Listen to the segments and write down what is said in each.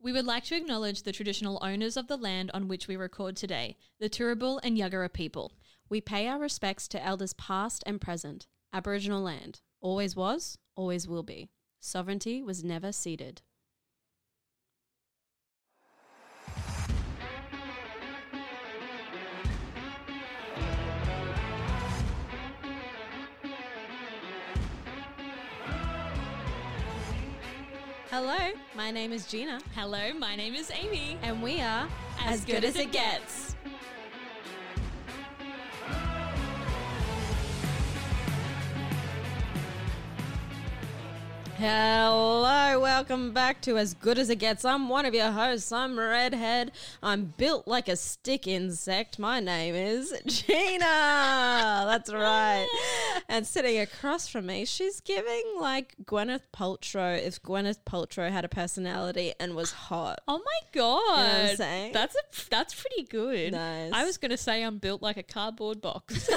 We would like to acknowledge the traditional owners of the land on which we record today, the Turrbal and Yuggera people. We pay our respects to elders past and present. Aboriginal land always was, always will be. Sovereignty was never ceded. Hello, my name is Gina, Hello, my name is Amy. and we are As Good As It Gets. Hello, welcome back to As Good as It Gets. I'm one of your hosts. I'm Redhead. I'm built like a stick insect. My name is Gina. That's right. And sitting across from me, she's giving like Gwyneth Paltrow if Gwyneth Paltrow had a personality and was hot. Oh my god, I'm saying? that's a that's pretty good. Nice. I was gonna say I'm built like a cardboard box.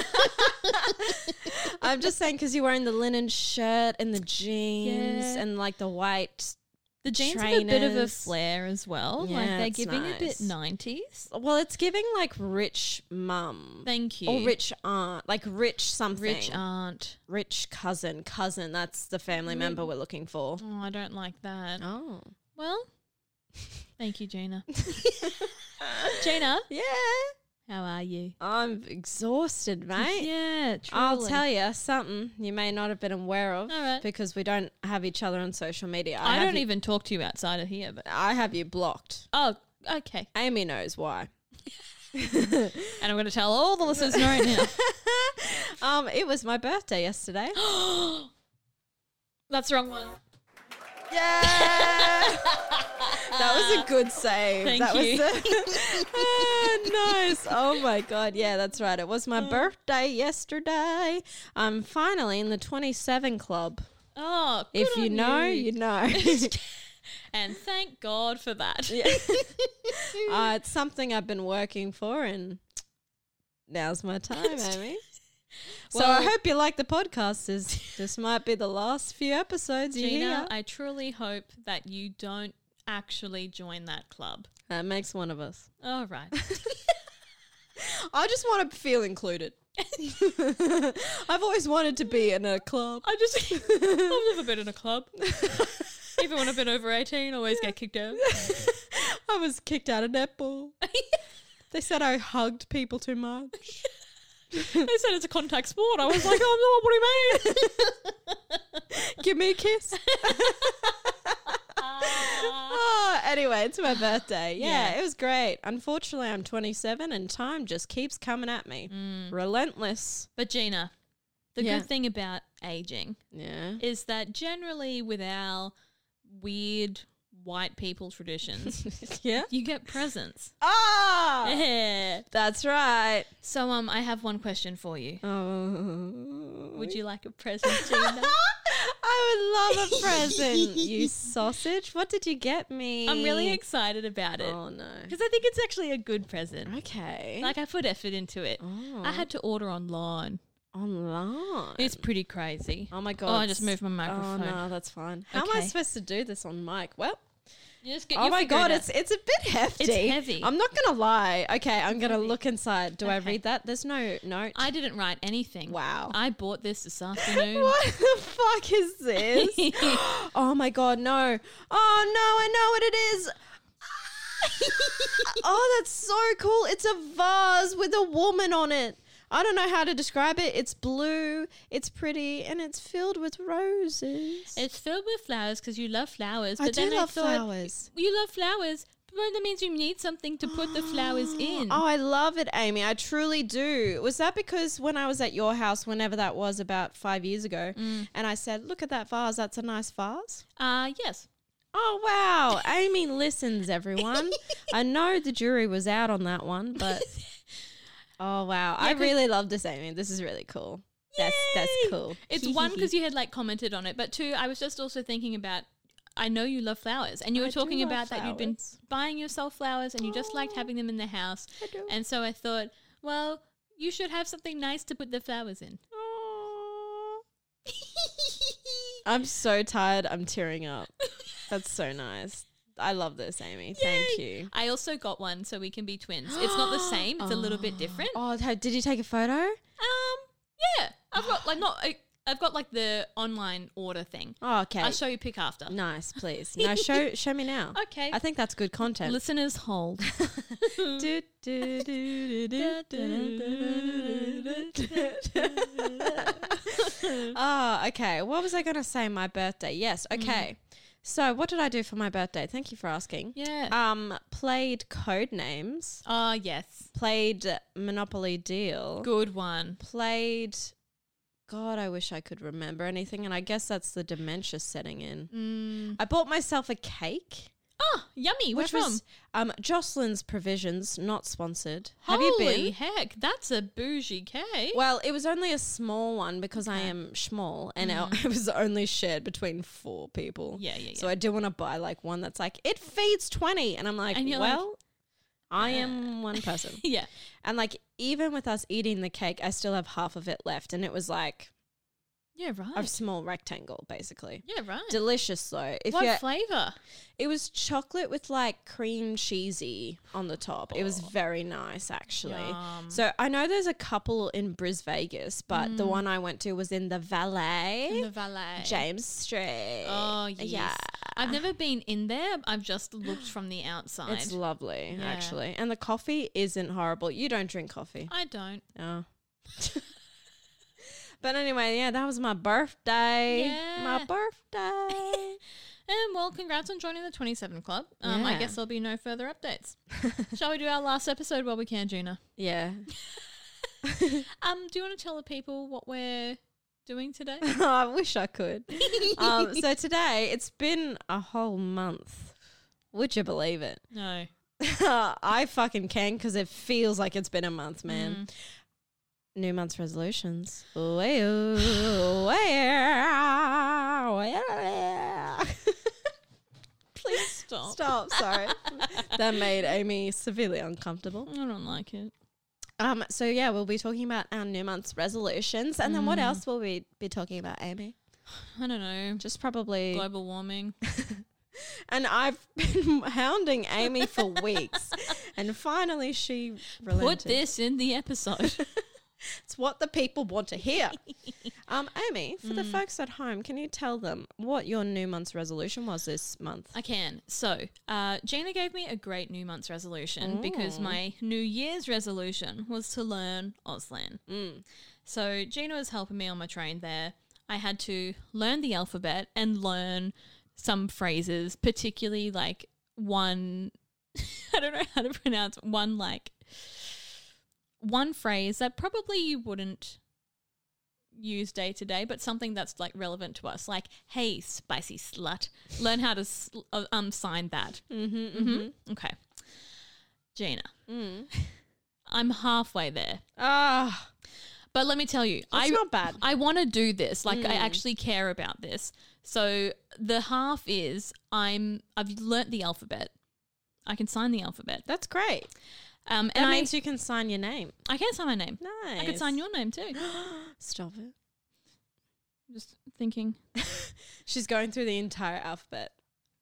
I'm just saying because you're wearing the linen shirt and the jeans Yeah. and like the white. the jeans have a bit of a Trainers. flare as well. Yeah, like they're it's giving a bit nice. nineties. Well, it's giving like rich mum. Thank you. Or rich aunt, like rich something. rich aunt. Mm. rich cousin, cousin. That's the family member we're looking for. Oh, I don't like that. Oh, Well, thank you, Gina. Gina, yeah. how are you? I'm exhausted, mate. Yeah, truly. I'll tell you something you may not have been aware of All right. because we don't have each other on social media. I, have don't you- even talk to you outside of here, but I have you blocked. oh, okay. Amy knows why. And I'm going to tell all the listeners right now. Um, it was my birthday yesterday. That's the wrong one. yeah, that was a good save. Thank that you. was a- Ah, nice. Oh my god, yeah, that's right. It was my Oh. birthday yesterday. I'm finally in the 27 club. Oh, good if you on know, you, know. and thank God for that. Yeah. uh, it's something I've been working for, and now's my time, Amy. so I Well- hope you like the podcast. This, this might be the last few episodes you Gina, hear. I truly hope that you don't actually join that club. that makes one of us. All right. I just want to feel included. I've always wanted to be in a club. I just, I've never been in a club. Even when I've been over 18, I always get kicked out. I was kicked out of netball. they said I hugged people too much. They said it's a contact sport. I was like, oh no, what do you mean? Give me a kiss. "Ah." oh, anyway, it's my birthday. Yeah, Yeah. it was great. Unfortunately, I'm 27 and time just keeps coming at me. Mm. Relentless. But Gina, the Yeah. good thing about aging Yeah. is that generally with our weird white people traditions, yeah. you get presents. Ah! Yeah. That's right. So um, I have one question for you. Oh. Would you like a present, Gina? I would love a present, you sausage. What did you get me? I'm really excited about it Oh no. because I think it's actually a good present. Okay. Like I put effort into it. oh, I had to order online. online. It's pretty crazy. oh my god. Oh, I just moved my microphone. Oh no, that's fine. How am I Okay. supposed to do this on mic? Well, You just get, oh you my figure it god, out. it's it's a bit hefty. heavy. I'm not gonna lie. Okay, I'm gonna look inside. Do I Okay. read that? There's no note. I didn't write anything. Wow. I bought this this afternoon. what the fuck is this? oh my god, no. Oh no, I know what it is. oh, that's so cool. It's a vase with a woman on it. I don't know how to describe it. It's blue, it's pretty, and it's filled with roses. It's filled with flowers because you love flowers. I but do then love I thought, flowers. You love flowers, Well, that means you need something to put the flowers in. Oh, I love it, Amy. I truly do. Was that because when I was at your house, whenever that was about five years ago, Mm. and I said, Look at that vase, that's a nice vase? Uh, yes. Oh, wow. Amy listens, everyone. I know the jury was out on that one, but oh, wow. I 'cause- really love this, Amy. This is really cool. That's, that's Yay! cool. It's one because you had like commented on it, but two, I was just also thinking about. I know you love flowers, and you I were do talking love about that you'd been flowers. Oh. buying yourself flowers, and you just liked having them in the house. I do. And so I thought, well, you should have something nice to put the flowers in. I'm so tired. I'm tearing up. That's so nice. I love this, Amy. Thank Yay. you. I also got one, so we can be twins. It's not the same; it's a little bit different. Oh, how- did you take a photo? Um, yeah, I've got like not. I, I've got like the online order thing. Oh, okay. I'll show you pick after. nice, please. No, show show me now. Okay. I think that's good content. Listeners, hold. Do, do, do, do, do, do, do, do, do, do. oh, okay. What was I going to say? My birthday. Yes. Okay. So, what did I do for my birthday? Thank you for asking. Yeah. Um, played Code Names. Ah, yes, played Monopoly Deal, good one. played. God, I wish I could remember anything, and I guess that's the dementia setting in. I bought myself a cake, Oh, yummy. Mm. Where which from? was um, Jocelyn's Provisions, not sponsored. Have you Holy been? heck, that's a bougie cake. Well, it was only a small one because I am small, and our- it was only shared between four people. Mm. Yeah, yeah, So I do want to buy like one that's like it feeds twenty, and I'm like, And you're like, "Uh." well, I am one person. yeah. And like even with us eating the cake, I still have half of it left, and it was like Yeah, right. a small rectangle, basically. yeah, right. Delicious though. If what you flavor? it was chocolate with like cream cheesy on the top. It was very nice actually. Oh. Yum. Mm. So I know there's a couple in Bris Vegas, but the one I went to was in the Valet, The valet. James Street. Oh yes. yeah. I've never been in there. I've just looked from the outside. It's lovely Yeah. actually, and the coffee isn't horrible. You don't drink coffee. I don't. Oh. but anyway, yeah, that was my birthday. My Yeah. birthday. And well, congrats on joining the 27 Club. Um, I Yeah. guess there'll be no further updates. Shall we do our last episode while we can, Gina? yeah. Um, do you want to tell the people what we're doing today? I wish I could. um, so today, it's been a whole month. Would you believe it? no. I fucking can because it feels like it's been a month, man. New month's resolutions. Well, well, well. Please stop. Stop, sorry. that made Amy severely uncomfortable. I don't like it. Um, so yeah, we'll be talking about our new month's resolutions, and then what else will we be talking about, Amy? I don't know. Just probably. Global warming. And I've been hounding Amy for weeks, and finally she relented. Put this in the episode. It's what the people want to hear. um, Amy, for Mm. the folks at home, can you tell them what your new month's resolution was this month? I can. So, uh, Gina gave me a great new month's resolution because my New Year's resolution was to learn Auslan. So, Gina was helping me on my train there. I had to learn the alphabet and learn some phrases, particularly like one, I don't know how to pronounce one, like one phrase that probably you wouldn't use day to day, but something that's like relevant to us, like "Hey, spicy slut," learn how to sl- uh, um sign that. Mm-hmm. Mm. Mm-hmm. Okay, Gina, I'm halfway there, Ah, but let me tell you, that's I not Mm. bad. I want to do this. Like I actually care about this. So the half is I'm I've learnt the alphabet. I can sign the alphabet. That's great. Um, That and I, means you can sign your name. I can sign my name. Nice. I can sign your name too. Stop it. Just thinking. She's going through the entire alphabet.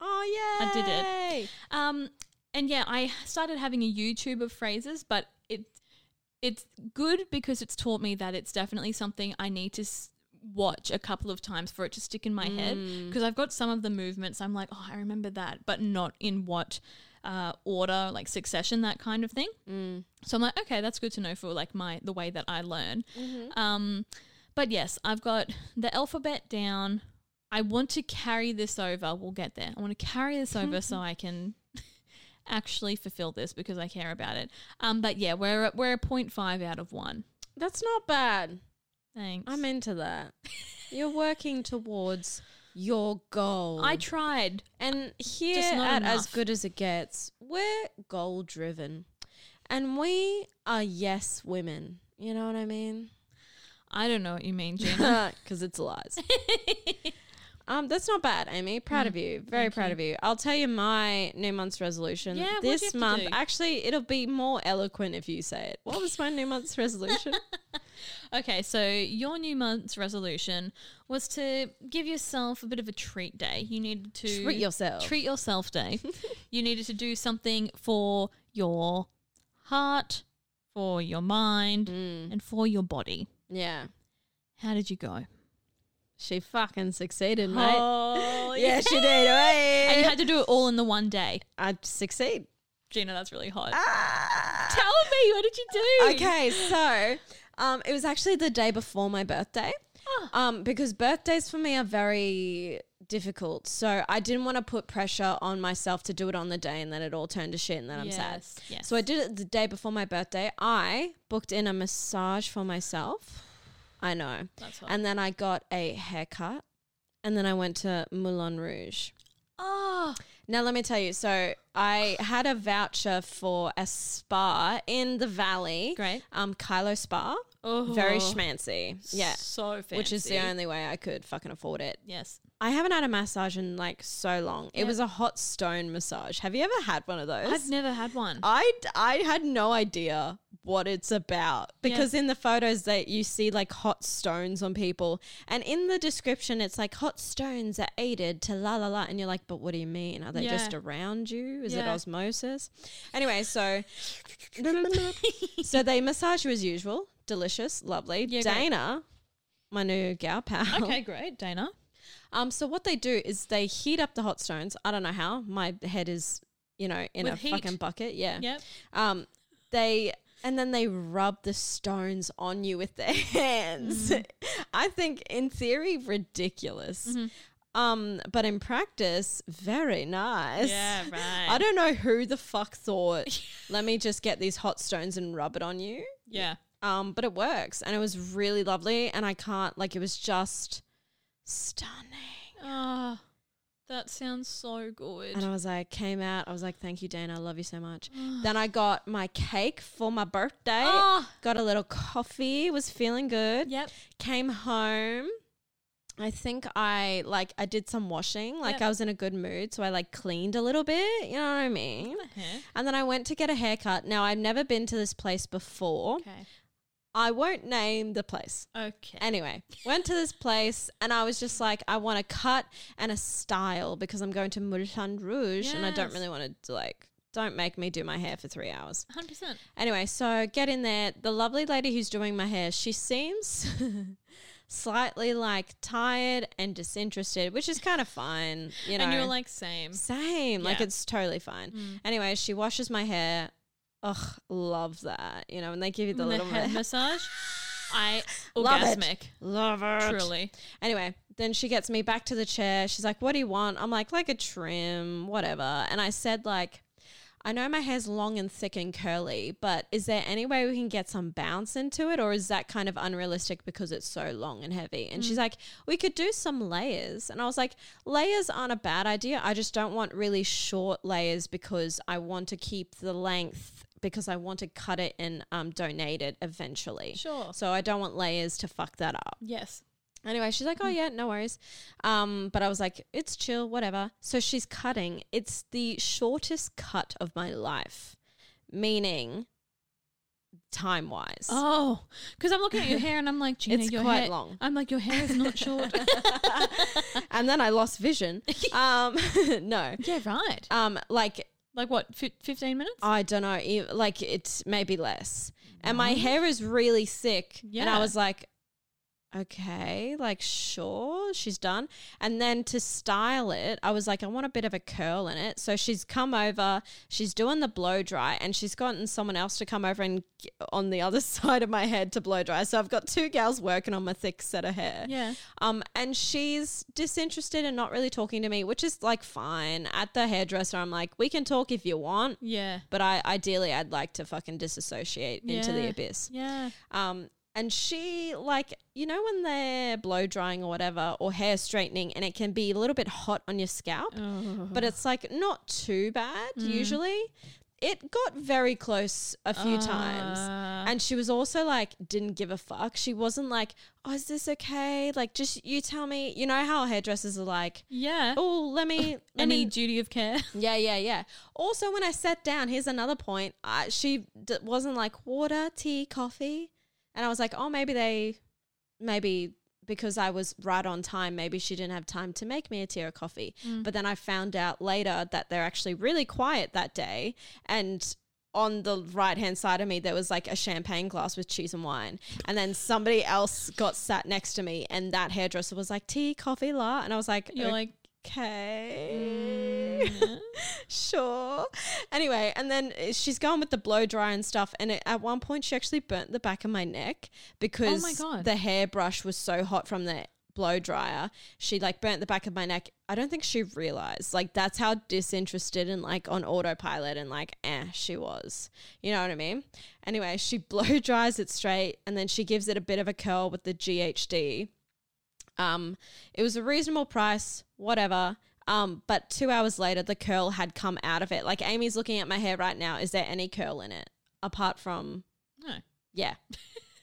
Oh yeah, I did it. Um, and yeah, I started having a YouTube of phrases, but it it's good because it's taught me that it's definitely something I need to s- watch a couple of times for it to stick in my head. head because I've got some of the movements. I'm like, oh, I remember that, but not in what uh, order, like succession, that kind of thing. So I'm like, okay, that's good to know for like my the way that I learn. Um, but yes, I've got the alphabet down. I want to carry this over. We'll get there. I want to carry this over so I can actually fulfill this because I care about it. Um, but yeah, we're at- we're a 0.5 out of one. That's not bad. Thanks. I'm into that. You're working towards your goal. I tried. And here Just not at As enough. Good as It Gets, we're goal driven. And we are yes women. You know what I mean? I don't know what you mean, Gina. Because it's lies. um, that's not bad, Amy. Proud Mm. of you. Very proud of you. I'll tell you my new month's resolution Yeah, what'd you have this to month. do? Actually, it'll be more eloquent if you say it. What was my new month's resolution? okay, so your new month's resolution was to give yourself a bit of a treat day. You needed to Treat yourself. Treat yourself day. you needed to do something for your heart, for your mind, Mm. and for your body. yeah. How did you go? She fucking succeeded, mate. Oh, yeah, she did. Hey. And you had to do it all in the one day. I succeed. Gina, that's really hot. Ah, Tell me, what did you do? Okay, so um, it was actually the day before my birthday. Ah. Um, because birthdays for me are very difficult. So I didn't want to put pressure on myself to do it on the day and then it all turned to shit and then I'm sad. Yes, yes. So I did it the day before my birthday. I booked in a massage for myself. I know. That's hot. And then I got a haircut. And then I went to Moulin Rouge. Oh, Now let me tell you. So I had a voucher for a spa in the valley. Great. Um, Kylo Spa. Oh. Very schmancy. Yeah. So fancy. Which is the only way I could fucking afford it. Yes. I haven't had a massage in like so long. It Yep. was a hot stone massage. Have you ever had one of those? I've never had one. I, I had no idea what it's about because in the photos that you see like hot stones on people and in the description it's like hot stones are aided to la la la and you're like but what do you mean are they Yeah. just around you is it Yeah. osmosis anyway so so they massage you as usual delicious lovely Yeah, great. Dana my new gal pal okay, great, Dana. um, so what they do is they heat up the hot stones. I don't know how. My head is, you know, in With a heat. fucking bucket. Yeah. Yep. Um, they and then they rub the stones on you with their hands. Mm-hmm. I think, in theory, ridiculous. Mm-hmm. Um, but in practice, very nice. Yeah, right. I don't know who the fuck thought. Let me just get these hot stones and rub it on you. Yeah. Um, but it works, and it was really lovely. And I can't like it was just stunning. Oh, that sounds so good. And I was like, came out. I was like, thank you, Dana. I love you so much. then I got my cake for my birthday. Ah. Got a little coffee. Was feeling good. Yep. Came home. I think I like I did some washing. Like Yep. I was in a good mood, so I like cleaned a little bit. You know what I mean? Okay. And then I went to get a haircut. Now I've never been to this place before. I won't name the place. Okay. Anyway, went to this place and I was just like, I want a cut and a style because I'm going to Moulin Rouge and I don't Yes. really want to like, don't make me do my hair for three hours. 100%. Anyway, so get in there. The lovely lady who's doing my hair, she seems slightly like tired and disinterested, which is kind of fine. You know, and you're like, same. same. Like Yeah. Mm. it's totally fine. Anyway, she washes my hair. Ugh, love that. You know, and they give you the The little head massage. I Love it. orgasmic. Love it. Truly. Anyway, then she gets me back to the chair. She's like, "What do you want?" I'm like, "Like a trim, whatever." And I said, "Like, I know my hair's long and thick and curly, but is there any way we can get some bounce into it, or is that kind of unrealistic because it's so long and heavy?" And she's like, "We could do some layers." And I was like, "Layers aren't a bad idea. I just don't want really short layers because I want to keep the length." Because I want to cut it and um, donate it eventually. Sure. So I don't want layers to fuck that up. Yes. Anyway, she's like, "Oh yeah, no worries," um, but I was like, "It's chill, whatever." So she's cutting. It's the shortest cut of my life, meaning time wise. Oh, because I'm looking at your hair and I'm like, Gina, It's your quite hair. long. I'm like, your hair is not short. And then I lost vision. um, no, yeah, right. um, like Like what? Fi 15 minutes? I don't know, e- like it's maybe less. And my hair is really thick, and I Yeah. was like, okay, like sure, she's done. And then to style it, I was like, I want a bit of a curl in it. So she's come over, she's doing the blow dry, and she's gotten someone else to come over and g- on the other side of my head to blow dry. So I've got two gals working on my thick set of hair. Yeah. Um, and she's disinterested and not really talking to me, which is like fine. At the hairdresser, I'm like, we can talk if you want. Yeah. But I ideally, I'd like to fucking disassociate into the Yeah. abyss. Yeah. Um, and she like you know when they're blow drying or whatever or hair straightening and it can be a little bit hot on your scalp, but it's like not too bad Mm. usually. It got very close a few times. Oh. Uh, And she was also like, didn't give a fuck. She wasn't like, oh, is this okay? Like, just you tell me. You know how hairdressers are like, yeah. oh, let me. Let Any me duty of care? yeah, yeah, yeah. Also, when I sat down, here's another point. I, she d- wasn't like water, tea, coffee, and I was like, oh, maybe they, maybe because I was right on time, maybe she didn't have time to make me a tea or coffee. Mm. But then I found out later that they're actually really quiet that day, and. On the right hand side of me, there was like a champagne glass with cheese and wine. And then somebody else got sat next to me, and that hairdresser was like, tea, coffee, la. And I was like, You're like, Mm. okay sure anyway and then uh, she's going with the blow dry and stuff and it, at one point she actually burnt the back of my neck because God. the hairbrush was so hot from the blow dryer she like burnt the back of my neck i don't think she realized like that's how disinterested and like on autopilot and like eh she was you know what i mean anyway she blow dries it straight and then she gives it a bit of a curl with the ghd um, it was a reasonable price, whatever. Um, but two hours later, the curl had come out of it. Like Amy's looking at my hair right now. Is there any curl in it apart from no. yeah.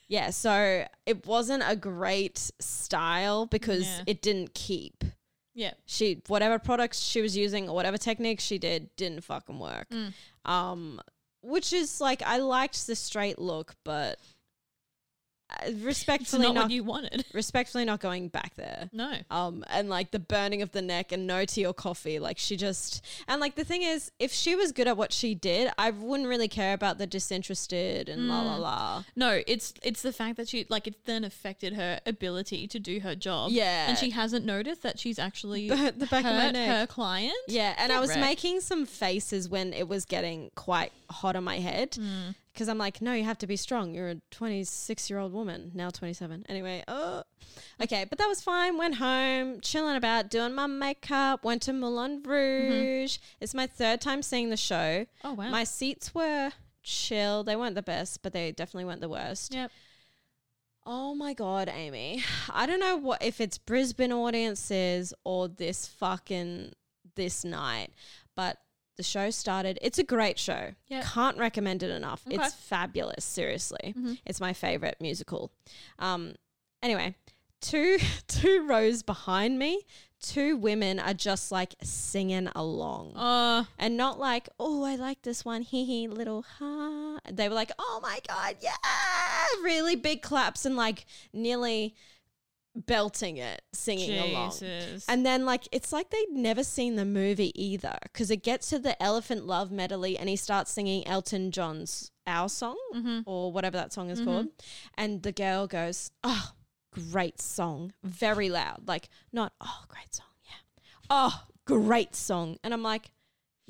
Yeah, so it wasn't a great style because Yeah. it didn't keep. Yeah. She whatever products she was using or whatever technique she did didn't fucking work. Mm. Um which is like I liked the straight look, but uh, It's respectfully not, not, what you wanted. respectfully not going back there No. um and like the burning of the neck and no tea or coffee like she just and like the thing is if she was good at what she did i wouldn't really care about the disinterested and la la la No, it's it's the fact that she like it then affected her ability to do her job. Yeah. and she hasn't noticed that she's actually Burnt the back of my hurt neck. her client. yeah and i was Correct. making some faces when it was getting quite hot on my head because i'm like no you have to be strong you're a 26 year old woman now 27 anyway oh okay but that was fine went home chilling about doing my makeup went to moulin rouge it's my third time seeing the show Oh wow. My seats were chill. They weren't the best, but they definitely weren't the worst. yep. Oh my god, Amy. I don't know what if it's Brisbane audiences or this fucking this night, but the show started. It's a great show. Yep. Can't recommend it enough. Okay. Mm-hmm. It's fabulous, seriously. It's my favorite musical. Um anyway, two two rows behind me, two women are just like singing along Uh, and not like, oh, I like this one, hee hee, little ha. They were like, oh my god, yeah, really big claps and like nearly belting it, singing along. Jesus. And then like it's like they'd never seen the movie either because it gets to the Elephant Love medley and he starts singing Elton John's Our Song Mm-hmm. or whatever that song is called, and the girl goes, oh, great song, very loud, like not oh great song, yeah, oh great song, and I'm like.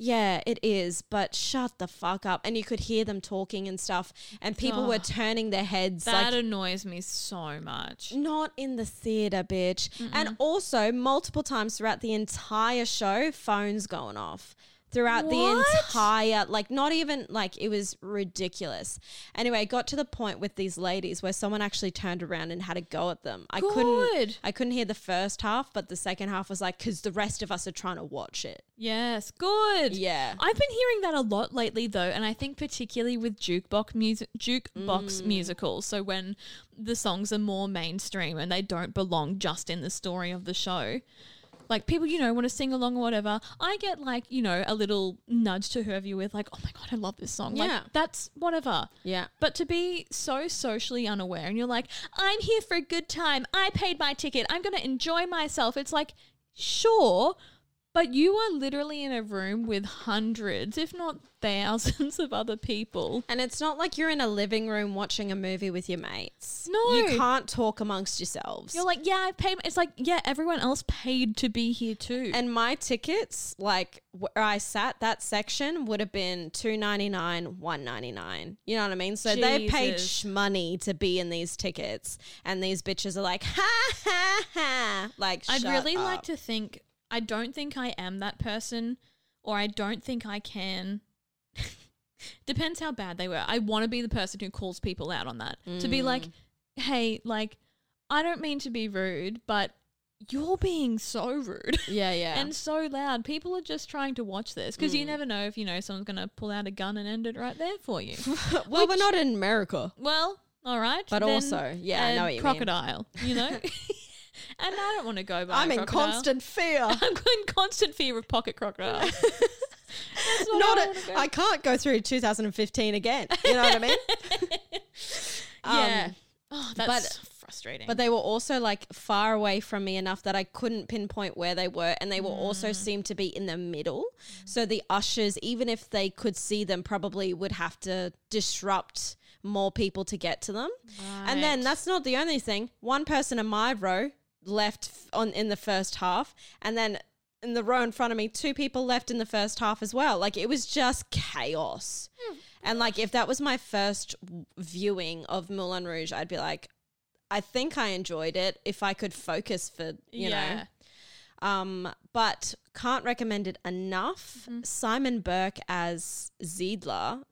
Yeah, it is, but shut the fuck up. And you could hear them talking and stuff, and people were Ugh. turning their heads that like annoys me so much. not in the theater, bitch. And also, multiple times throughout the entire show, phones going off. Throughout the What? entire, like, not even, like, it was ridiculous. Anyway, it got to the point with these ladies where someone actually turned around and had a go at them. I Good. couldn't, I couldn't hear the first half, but the second half was like, because the rest of us are trying to watch it. Yes, good. Yeah. I've been hearing that a lot lately, though, and I think particularly with jukebox music, Mm. jukebox musicals. So when the songs are more mainstream and they don't belong just in the story of the show, like people you know want to sing along or whatever, I get like you know a little nudge to whoever you're with, like oh my god, I love this song. Yeah. Like that's whatever. Yeah. But to be so socially unaware and you're like, I'm here for a good time. I paid my ticket. I'm going to enjoy myself. It's like, sure, But you are literally in a room with hundreds, if not thousands, of other people. And it's not like you're in a living room watching a movie with your mates. No. You can't talk amongst yourselves. You're like, yeah, I paid. It's like, yeah, everyone else paid to be here too. and my tickets, like where I sat, that section would have been two ninety nine, one ninety nine. You know what I mean? So they paid Jesus. sh- money to be in these tickets, and these bitches are like, ha ha ha! Like, I'd shut really like up. to think. I don't think I am that person, or I don't think I can. Depends how bad they were. I want to be the person who calls people out on that. To be Mm. like, hey, like, I don't mean to be rude, but you're being so rude. Yeah, yeah. Mm. And so loud. People are just trying to watch this because you never know if you know someone's going to pull out a gun and end it right there for you. well, we're not in America. Well, all right. But then, also, yeah, I know uh, what you mean. crocodile, you know? and I don't want to go by I'm a in crocodile. constant fear. I'm in constant fear of pocket crocodiles. That's not not how I a, wanna go. I can't go through 2015 again. You know what I mean? yeah. um, oh, that's frustrating. But they were also like far away from me enough that I couldn't pinpoint where they were. And they were also seemed to be in the middle. So the ushers, even if they could see them, probably would have to disrupt more people to get to them. And then Right. that's not the only thing. One person in my row left f- on in the first half. And then in the row in front of me, two people left in the first half as well. Like it was just chaos. Hmm. And like if that was my first w- viewing of Moulin Rouge, I'd be like, I think I enjoyed it if I could focus for you yeah. know. Um, but can't recommend it enough. Mm-hmm. Simon Burke as Ziedler,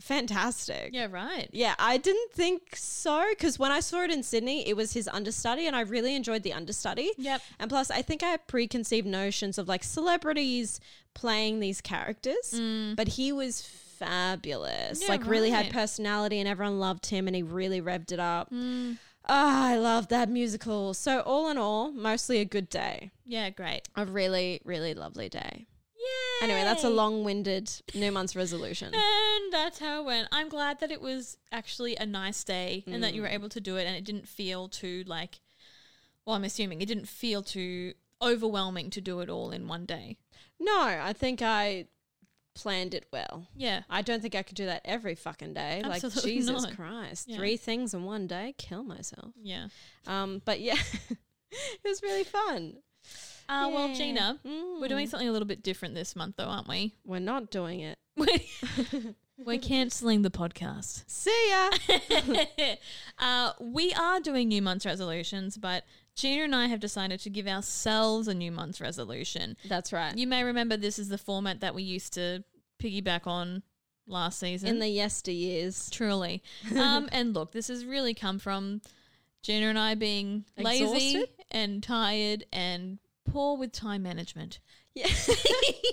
fantastic. Yeah, right. Yeah, I didn't think so because when I saw it in Sydney, it was his understudy, and I really enjoyed the understudy. Yep. And plus, I think I had preconceived notions of like celebrities playing these characters, but he was fabulous. Mm. Yeah, like, really had right. personality, and everyone loved him, and he really revved it up. Mm. Ah, I love that musical. So, all in all, mostly a good day. Yeah, great. A really, really lovely day. Yeah. Anyway, that's a long winded New Month's resolution. And that's how it went. I'm glad that it was actually a nice day and that you Mm. were able to do it and it didn't feel too like well, I'm assuming it didn't feel too overwhelming to do it all in one day. No, I think I planned it well. Yeah. I don't think I could do that every fucking day. like Absolutely Jesus not. Christ, Yeah. three things in one day, kill myself. Yeah. Um, but yeah, it was really fun. Uh, well, Yeah. Gina, we're Mm. doing something a little bit different this month, though, aren't we? We're not doing it. we're cancelling the podcast. See ya. uh, we are doing new month's resolutions, but Gina and I have decided to give ourselves a new month's resolution. That's right. You may remember this is the format that we used to piggyback on last season. in the yesteryears, Truly. Um, and look, this has really come from Gina and I being lazy Exhausted? and tired and poor with time management. yeah,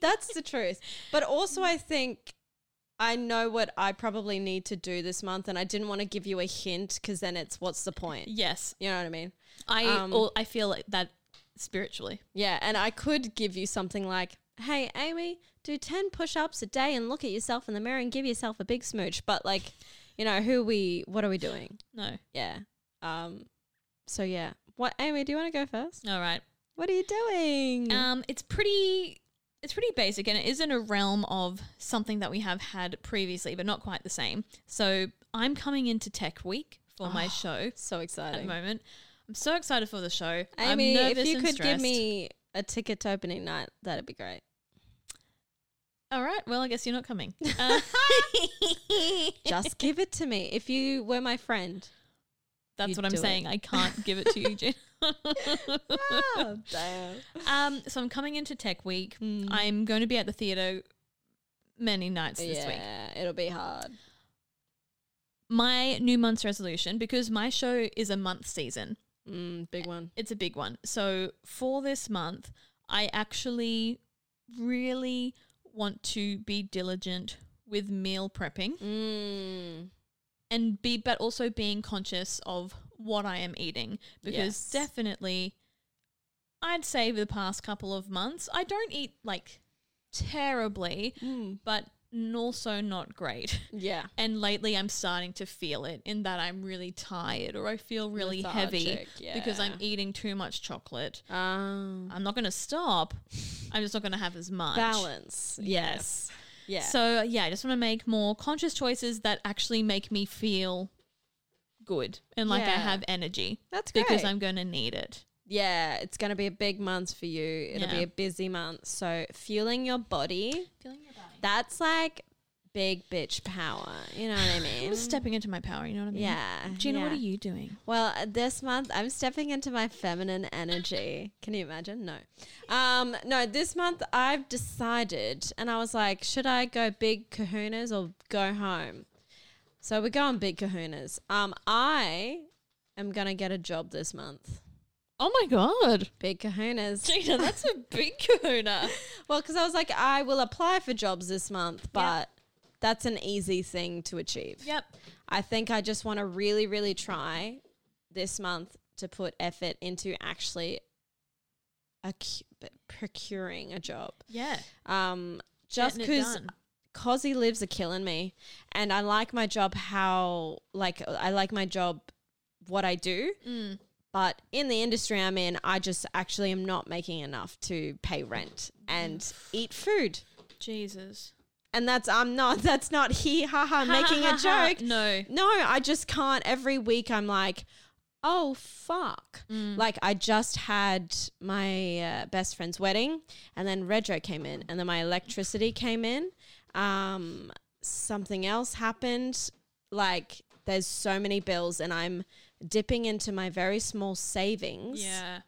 that's the truth. But also, I think I know what I probably need to do this month, and I didn't want to give you a hint because then it's what's the point? Yes, You know what I mean? I Um, al- I feel like that spiritually. Yeah, and I could give you something like, "Hey, Amy, do ten push-ups a day and look at yourself in the mirror and give yourself a big smooch." But like, you know, who we? What are we doing? No. Yeah. Um. So yeah, what Amy? Do you want to go first? All right. What are you doing? Um, it's pretty. It's pretty basic, and it is in a realm of something that we have had previously, but not quite the same. So I'm coming into Tech Week for my show at the so Oh, exciting, moment. I'm so excited for the show. Amy. I'm nervous If you and could give stressed. me a ticket to opening night, that'd be great. All right. Well, I guess you're not coming. Uh, Just give it to me. If you were my friend. that's You what I'm do it. saying. I can't give it to you, Jen. Oh, damn. um, so I'm coming into Tech Week. Mm-hmm. I'm going to be at the theater many nights this week. Yeah, it'll be hard. My new month's resolution, because my show is a month season, Mm, big one. it's a big one. So for this month, I actually really want to be diligent with meal prepping Mm. and be but also being conscious of what I am eating because Yes. definitely I'd say the past couple of months I don't eat like terribly Mm. but n- also not great. Yeah. And lately, I'm starting to feel it in that I'm really tired or I feel really heavy Lethargic, because I'm yeah. eating too much chocolate. Um, I'm not going to stop. I'm just not going to have as much. balance. Yeah. Yes. Yeah. So, yeah, I just want to make more conscious choices that actually make me feel good and like I Yeah. have energy. That's Because great. I'm going to need it. yeah, it's going to be a big month for you. It'll Yeah. be a busy month. So fueling your body, Feeling your body. that's like big bitch power. You know what I I'm mean? just stepping into my power, you know what I mean? Yeah, Gina, what yeah. are you doing? Well, uh, this month I'm stepping into my feminine energy. Can you imagine? No. Um, no, this month I've decided, and I was like, should I go big kahunas or go home? So we're going big kahunas. Um, I am going to get a job this month. Oh my God. Big kahunas. Gina, that's a big kahuna. Well, because I was like, I will apply for jobs this month, but that's an easy thing to achieve. Yep. I think I just want to really, really try this month to put effort into actually acu- procuring a job. Yeah. Um, just Getting it because done. cozy lives are killing me, and I like my job. How like I like my job, what I do. Mm. But in the industry I'm in, I just actually am not making enough to pay rent and eat food. Jesus. And that's I'm not that's not he haha making a joke. No. No, I just can't. Every week I'm like, oh, fuck. Mm. Like, I just had my uh, best friend's wedding, and then Redro came in, and then my electricity came in. Um, something else happened. Like, there's so many bills, and I'm dipping into my very small savings Yeah.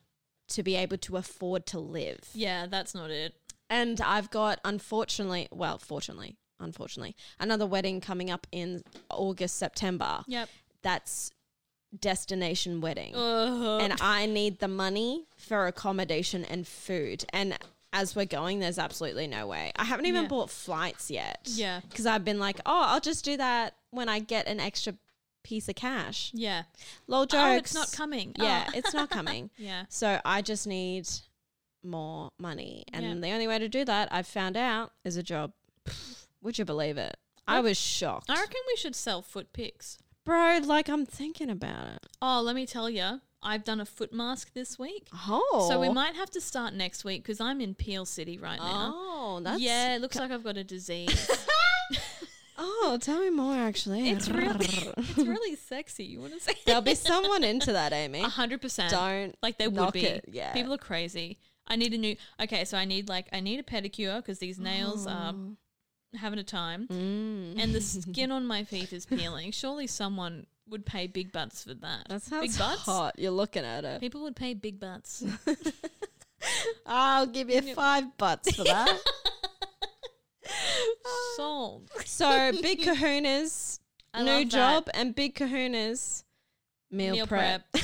to be able to afford to live. Yeah, that's not it. And I've got, unfortunately, well, fortunately, unfortunately, another wedding coming up in August, September Yep. that's destination wedding Oh. Ugh. and i need the money for accommodation and food and as we're going there's absolutely no way i haven't even Yeah. bought flights yet Yeah. because i've been like oh i'll just do that when i get an extra piece of cash yeah. lol jokes Oh, it's not coming. yeah Oh. it's not coming yeah. so i just need more money and Yeah. the only way to do that i've found out is a job would you believe it i was shocked I reckon we should sell foot pics. bro like i'm thinking about it Oh, let me tell you, I've done a foot mask this week. oh So we might have to start next week because I'm in Peel City right now. Oh, that's yeah, it looks like I've got a disease. Oh, tell me more. Actually, it's really, it's really sexy. You want to say? there'll be someone into that, Amy. A hundred percent. Don't like there would knock be. it, yeah. people are crazy. I need a new. Okay, so I need like I need a pedicure because these nails are Oh. having a time, Mm. and the skin on my feet is peeling. Surely someone would pay big butts for that. That sounds big butts. hot. You're looking at it. People would pay big butts. I'll give you five butts for that. Sold. so big kahunas, I no love that. job, and big kahunas, meal, Meal prep. prep.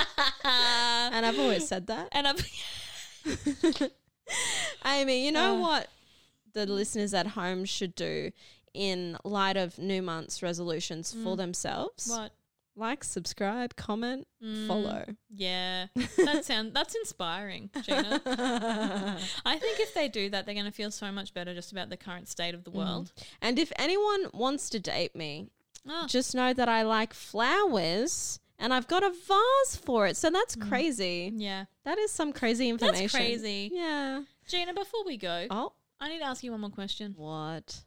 and I've always said that. and I'm Amy, you know Uh. what the listeners at home should do in light of new month's resolutions for themselves? Mm. what? Mm. Like, subscribe, comment, follow. Yeah, that sound that's inspiring, Gina. I think if they do that, they're going to feel so much better just about the current state of the world. And if anyone wants to date me, Ah, just know that I like flowers and I've got a vase for it. So that's Mm. crazy. yeah, That is some crazy information. crazy. Yeah. Gina. Before we go, Oh, I need to ask you one more question. what?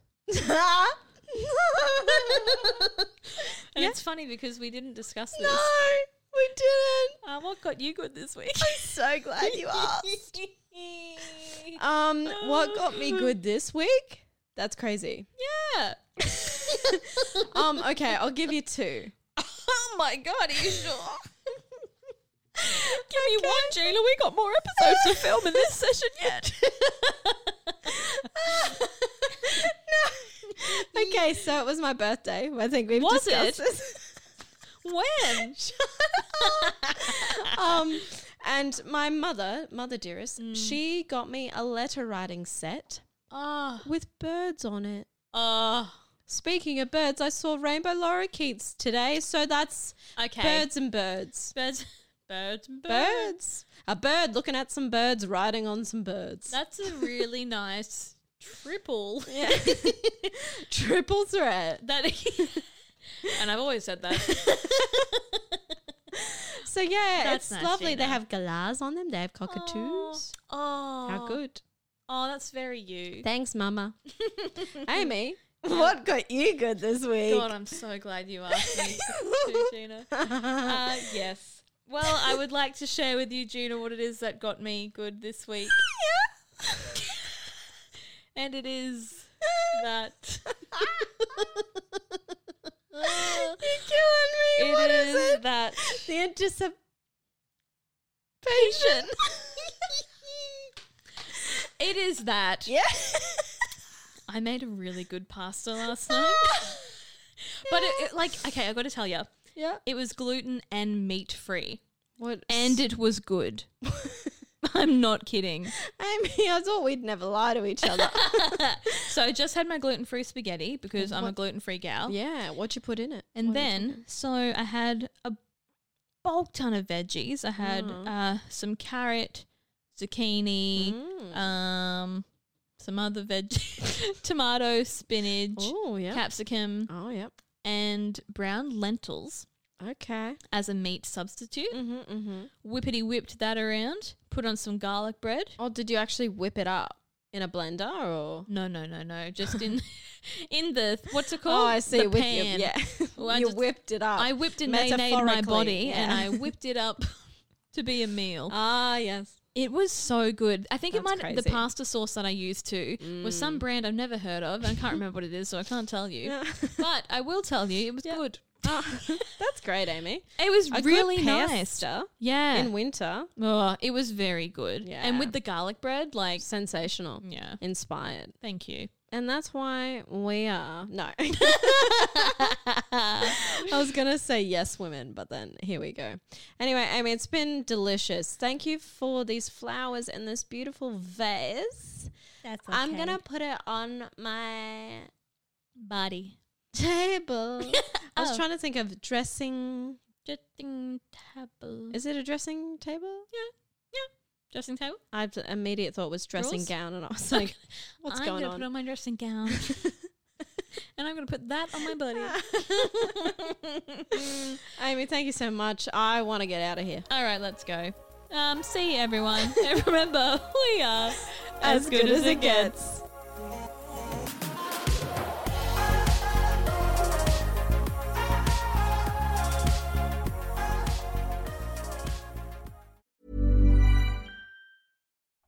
And it's funny because we didn't discuss this. no, we didn't. Uh, what got you good this week? So glad you asked. Um, what got me good this week? That's crazy. yeah. Um, okay, I'll give you two. Oh my god, are you sure? Give me one, Gina. We got more episodes to film in this session yet. Okay, so it was my birthday. I think we've Was discussed it? this. when? um, and my mother, mother dearest, she got me a letter writing set Oh, with birds on it. oh, Ah. Speaking of birds, I saw rainbow lorikeets today, so that's okay. birds and birds. birds, birds, and birds. Birds. A bird looking at some birds, riding on some birds. That's a really nice triple Yeah. Triple threat. that. and I've always said that. So yeah, That's it's nice, lovely. They Gina. have galas on them. They have cockatoos. Oh, How good. Oh, that's very you. Thanks, Mama. Amy, what got you good this week? God, I'm so glad you asked me to, Gina. Uh, yes. Well, I would like to share with you, Gina, what it is that got me good this week. and it is that You're killing me. it What is is it? that The anticipation. it is that yeah. I made a really good pasta last night. But it, it, like, okay, I got to tell you, yeah. it was gluten and meat free, What? and it was good. I'm not kidding. Amy, I thought we'd never lie to each other. So I just had my gluten free spaghetti because I'm a gluten free gal. yeah. What you put in it? And then, so I had a bulk ton of veggies. I had Mm. uh, some carrot, zucchini, Mm. um, some other veg, tomato, spinach, Oh yeah. capsicum, oh yep. and brown lentils Okay. as a meat substitute. Mm-hmm, mm-hmm. Whippity whipped that around, put on some garlic bread. Oh, did you actually whip it up in a blender or? No, no, no, no. Just in in the what's it called? Oh, I see. The with pan. you, yeah. Well, I you just- whipped it up. I whipped and marinated my Metaphorically, body and yeah. I whipped it up to be a meal. ah, yes. Uh, it was so good. I think it That's might the crazy. pasta sauce that I used to was some brand I've never heard of. and I can't remember what it is, so I can't tell you. But I will tell you, it was Yeah. good. Ah, that's great, Amy. It was A good really nice. pasta Yeah. in winter. oh, it was very good. And Yeah. with the garlic bread, like Sensational. yeah. Inspired. Thank you. And that's why we are. No. I was going to say yes, women, but then here we go. Anyway, Amy, it's been delicious. Thank you for these flowers and this beautiful vase. That's I'm going to put it on my body. table. I was Oh. trying to think of dressing. Dressing table. Is it a dressing table? yeah. Yeah. Dressing table. I immediate thought was dressing Drawers? gown, and I was like, "What's I'm going gonna on?" put on my dressing gown. and I'm gonna put that on Mm. my body. Amy, thank you so much. I want to get out of here. All right, let's go. Um, see you, everyone. and remember, we are as, gets.